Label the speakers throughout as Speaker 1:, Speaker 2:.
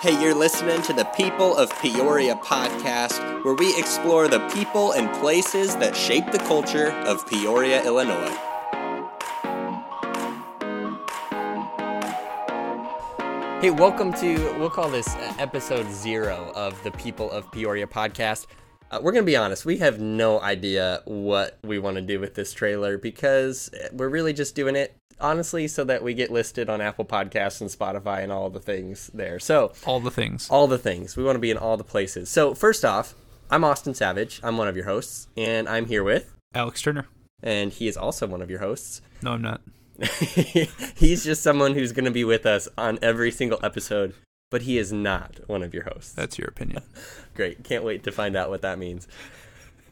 Speaker 1: Hey, you're listening to the People of Peoria podcast, where we explore the people and places that shape the culture of Peoria, Illinois. Hey, welcome to, we'll call this uh, episode zero of the People of Peoria podcast. Uh, we're going to be honest, we have no idea what we want to do with this trailer because uh, we're really just doing it, honestly, so that we get listed on Apple Podcasts and Spotify and all the things there. So,
Speaker 2: all the things.
Speaker 1: all the things. We want to be in all the places. So, first off, I'm Austin Savage. I'm one of your hosts, and I'm here with,
Speaker 2: Alex Turner.
Speaker 1: and he is also one of your hosts.
Speaker 2: No, I'm not.
Speaker 1: He's just someone who's going to be with us on every single episode, but he is not one of your hosts.
Speaker 2: That's your opinion.
Speaker 1: Great. Can't wait to find out what that means.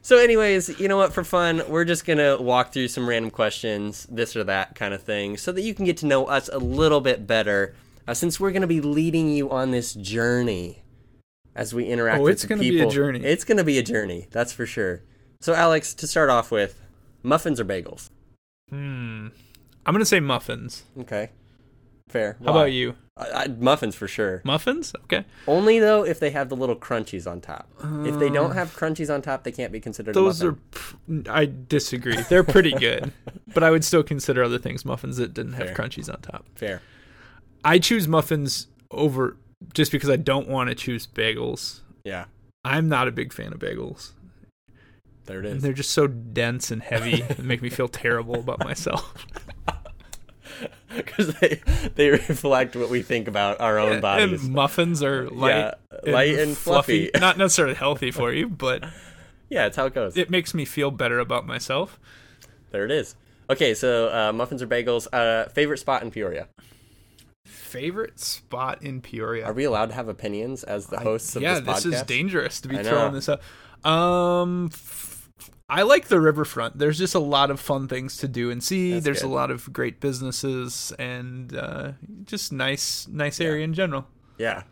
Speaker 1: So, anyways, you know what? For fun, we're just going to walk through some random questions, this or that kind of thing, so that you can get to know us a little bit better. Uh, since we're going to be leading you on this journey as we interact
Speaker 2: Oh,
Speaker 1: with
Speaker 2: it's
Speaker 1: the
Speaker 2: gonna be a
Speaker 1: people.
Speaker 2: journey.
Speaker 1: It's going to be a journey, that's for sure. So, Alex, to start off with, muffins or bagels?
Speaker 2: Hmm. I'm gonna say muffins.
Speaker 1: Okay. Fair.
Speaker 2: How about you?
Speaker 1: I, I, muffins for sure.
Speaker 2: Muffins? Okay.
Speaker 1: Only though if they have the little crunchies on top. if they don't have crunchies on top, they can't be considered.
Speaker 2: Uh, Those
Speaker 1: a
Speaker 2: are.
Speaker 1: muffin.
Speaker 2: pff, I disagree. They're pretty good, but I would still consider other things muffins that didn't have crunchies on top.
Speaker 1: fair.
Speaker 2: I choose muffins over just because I don't want to choose bagels.
Speaker 1: Yeah,
Speaker 2: I'm not a big fan of bagels.
Speaker 1: there it is.
Speaker 2: They're just so dense and heavy and make me feel terrible about myself.
Speaker 1: Because they they reflect what we think about our own bodies.
Speaker 2: And muffins are light,
Speaker 1: Yeah, light and fluffy.
Speaker 2: Not necessarily healthy for you, but
Speaker 1: Yeah, it's how it goes.
Speaker 2: it makes me feel better about myself.
Speaker 1: There it is. Okay, so uh, muffins or bagels. Uh, favorite spot in Peoria.
Speaker 2: Favorite spot in Peoria.
Speaker 1: Are we alled to have opinions as the hosts of
Speaker 2: yeah,
Speaker 1: this podcast?
Speaker 2: is dangerous to be
Speaker 1: I
Speaker 2: throwing
Speaker 1: know.
Speaker 2: this up. Um, f- I like the riverfront. There's just a lot of fun things to do and see.
Speaker 1: That's
Speaker 2: There's
Speaker 1: good.
Speaker 2: a lot of great businesses and uh, just nice, nice area in general.
Speaker 1: Yeah.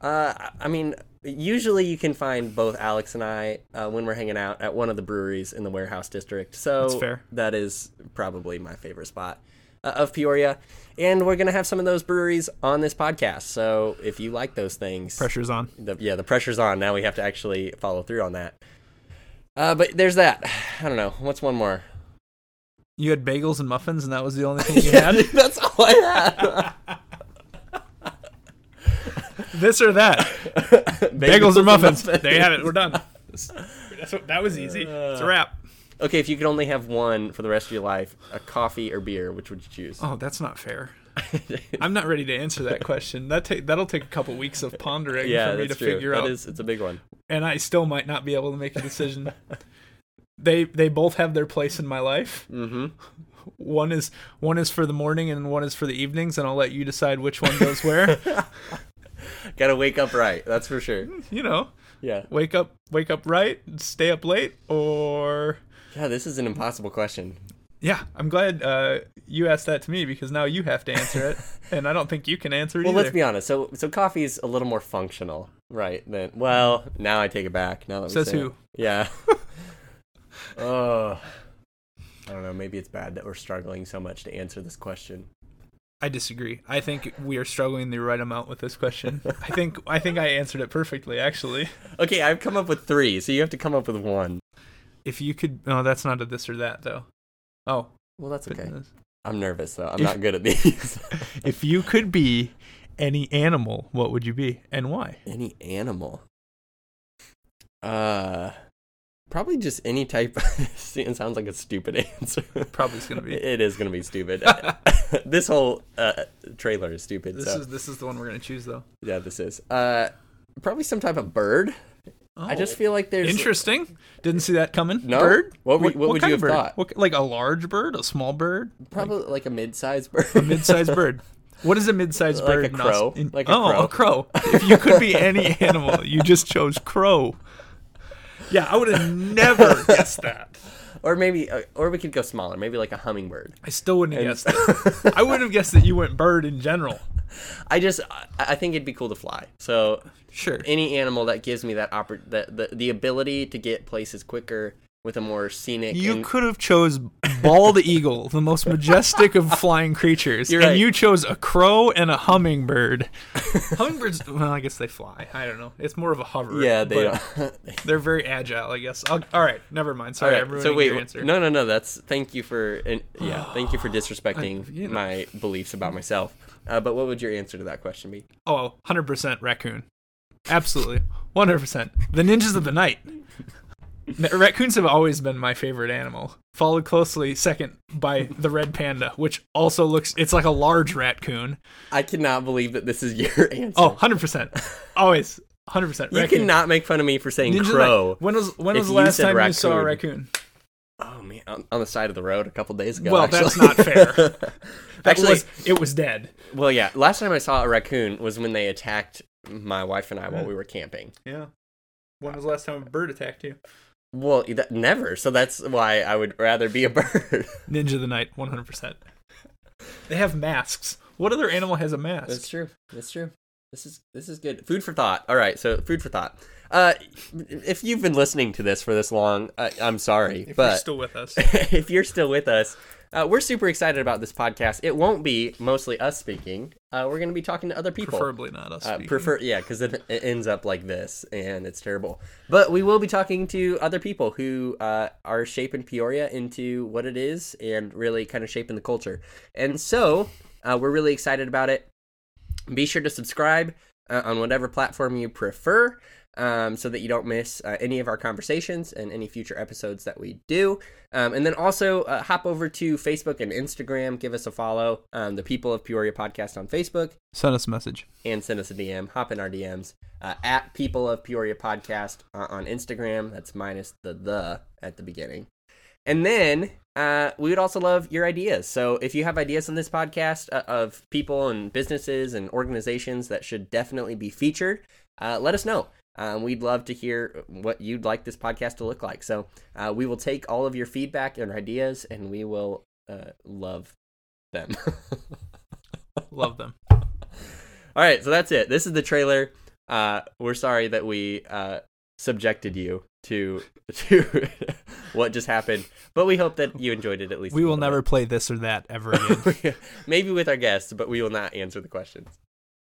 Speaker 1: Uh, I- I mean, usually you can find both Alex and I uh, when we're hanging out at one of the breweries in the warehouse district. So
Speaker 2: That's fair.
Speaker 1: that is probably my favorite spot uh, of Peoria. And we're going to have some of those breweries on this podcast. So if you like those things,
Speaker 2: Pressure's on.
Speaker 1: the, yeah, the pressure's on. Now we have to actually follow through on that. Uh, but there's that. I don't know. What's one more?
Speaker 2: You had bagels and muffins, and that was the only thing you had.
Speaker 1: that's all I had.
Speaker 2: This or that. bagels or muffins. There you have it. We're done. That's what, that was easy.
Speaker 1: Uh.
Speaker 2: It's a wrap.
Speaker 1: Okay, if you could only have one for the rest of your life, a coffee or beer, which would you choose?
Speaker 2: Oh, that's not fair. I'm not ready to answer that question. That ta- that'll take a couple weeks of pondering
Speaker 1: yeah,
Speaker 2: for me to
Speaker 1: that's true.
Speaker 2: figure
Speaker 1: That
Speaker 2: out,
Speaker 1: is, it's a big one.
Speaker 2: and I still might not be able to make a decision. they they both have their place in my life. Mm-hmm. One is one is for the morning, and one is for the evenings, and I'll let you decide which one goes where.
Speaker 1: Gotta wake up right. That's for sure.
Speaker 2: you know,
Speaker 1: Yeah.
Speaker 2: wake up wake up right, stay up late, or
Speaker 1: Yeah, this is an impossible question.
Speaker 2: Yeah, I'm glad uh, you asked that to me because now you have to answer it, and I don't think you can answer it
Speaker 1: Well,
Speaker 2: either.
Speaker 1: let's be honest. So, so coffee's a little more functional, right? Then, well, now I take it back. Now that we
Speaker 2: Says
Speaker 1: say it.
Speaker 2: who?
Speaker 1: Yeah. oh, I don't know. Maybe it's bad that we're struggling so much to answer this question.
Speaker 2: I disagree. I think we are struggling the right amount with this question. I think I think I answered it perfectly, actually.
Speaker 1: Okay, I've come up with three, so you have to come up with one.
Speaker 2: If you could, oh, that's not a this or that though. Oh,
Speaker 1: Well, that's okay.
Speaker 2: goodness.
Speaker 1: uh, I'm nervous though. I'm
Speaker 2: If-
Speaker 1: not good at these.
Speaker 2: If you could be any animal, what would you be, and why?
Speaker 1: any animal. Uh, probably just any type. it sounds like a stupid answer.
Speaker 2: Probably is gonna be.
Speaker 1: It is gonna be stupid. this whole uh, trailer is stupid.
Speaker 2: This
Speaker 1: so
Speaker 2: is this is the one we're gonna choose though.
Speaker 1: yeah, this is. Uh, probably some type of bird. I just feel like there's
Speaker 2: Oh, Interesting. Didn't see that coming.
Speaker 1: No?
Speaker 2: Bird?
Speaker 1: What would- what would
Speaker 2: kind
Speaker 1: you
Speaker 2: of
Speaker 1: have
Speaker 2: bird?
Speaker 1: thought?
Speaker 2: What, like a large bird, a small bird,
Speaker 1: probably like a mid-sized bird.
Speaker 2: mid-sized bird. What is a mid-sized
Speaker 1: Like
Speaker 2: bird?
Speaker 1: a
Speaker 2: in Aus-
Speaker 1: crow.
Speaker 2: in-
Speaker 1: Like a
Speaker 2: oh, a crow. If you could be any animal, you just chose crow. Yeah, I would have never guessed that.
Speaker 1: or maybe, uh, or we could go smaller. Maybe like a hummingbird.
Speaker 2: I still wouldn't have guessed that. I wouldn't have guessed that you went bird in general.
Speaker 1: I just, I, I think it'd be cool to fly. So
Speaker 2: Sure.
Speaker 1: any animal that gives me that oppor- that the, the ability to get places quicker with a more scenic.
Speaker 2: You
Speaker 1: and-
Speaker 2: could have chose bald eagle, the most majestic of flying creatures,
Speaker 1: You're
Speaker 2: and
Speaker 1: right.
Speaker 2: you chose a crow and a hummingbird. Hummingbirds, well, I guess they fly. I don't know. It's more of a hover.
Speaker 1: yeah, they
Speaker 2: but
Speaker 1: don't.
Speaker 2: They're very agile, I guess. I'll, all right, never mind. Sorry,
Speaker 1: All
Speaker 2: I'm ruining
Speaker 1: so wait,
Speaker 2: your answer.
Speaker 1: no, no, no. That's thank you for and yeah, thank you for disrespecting
Speaker 2: you know.
Speaker 1: my beliefs about myself. Uh, but what would your answer to that question be?
Speaker 2: Oh, 100% raccoon. Absolutely. 100%. The ninjas of the night. Na- Raccoons have always been my favorite animal, followed closely second by the red panda, which also looks it's like a large raccoon.
Speaker 1: I cannot believe that this is your answer.
Speaker 2: Oh, 100%. Always 100%
Speaker 1: you
Speaker 2: raccoon.
Speaker 1: cannot make fun of me for saying
Speaker 2: Ninja of the
Speaker 1: crow.
Speaker 2: Night. When was when
Speaker 1: if
Speaker 2: was the
Speaker 1: you
Speaker 2: last
Speaker 1: said
Speaker 2: time you saw a raccoon?
Speaker 1: Oh man, on, on the side of the road a couple days ago.
Speaker 2: Well,
Speaker 1: actually.
Speaker 2: that's not fair. That
Speaker 1: actually,
Speaker 2: was- it was dead.
Speaker 1: well, yeah. Last time I saw a raccoon was when they attacked my wife and I
Speaker 2: Hmm.
Speaker 1: while we were camping.
Speaker 2: Yeah. When was the last time a bird attacked you?
Speaker 1: Well, that, never. So that's why I would rather be a bird.
Speaker 2: Ninja of the night, 100%. They have masks. What other animal has a mask?
Speaker 1: That's true. That's true. This is this is good. Food for thought. All right, so food for thought. Uh, if you've been listening to this for this long, I, I'm sorry,
Speaker 2: if
Speaker 1: but
Speaker 2: you're still with us.
Speaker 1: if you're still with us, uh, we're super excited about this podcast. It won't be mostly us speaking. Uh, we're going to be talking to other people.
Speaker 2: Preferably not us.
Speaker 1: uh,
Speaker 2: speaking.
Speaker 1: prefer, yeah, because it, it ends up like this, and it's terrible. But we will be talking to other people who uh, are shaping Peoria into what it is, and really kind of shaping the culture. And so uh, we're really excited about it. Be sure to subscribe uh, on whatever platform you prefer. Um, so that you don't miss uh, any of our conversations and any future episodes that we do. Um, and then also uh, hop over to Facebook and Instagram. Give us a follow. Um, the People of Peoria podcast on Facebook
Speaker 2: Send us a message.
Speaker 1: and send us a DM. Hop in our DMs uh, at People of Peoria Podcast uh, on Instagram. That's minus the the at the beginning. And then uh, we would also love your ideas. So if you have ideas on this podcast uh, of people and businesses and organizations that should definitely be featured, uh, let us know. Um, we'd love to hear what you'd like this podcast to look like. So uh, we will take all of your feedback and ideas, and we will uh, love them.
Speaker 2: Love them.
Speaker 1: All right, so that's it. This is the trailer. Uh, we're sorry that we uh, subjected you to to what just happened, but we hope that you enjoyed it at least.
Speaker 2: We
Speaker 1: a
Speaker 2: will
Speaker 1: little
Speaker 2: never play this or that ever again.
Speaker 1: bit. Maybe with our guests, but we will not answer the questions.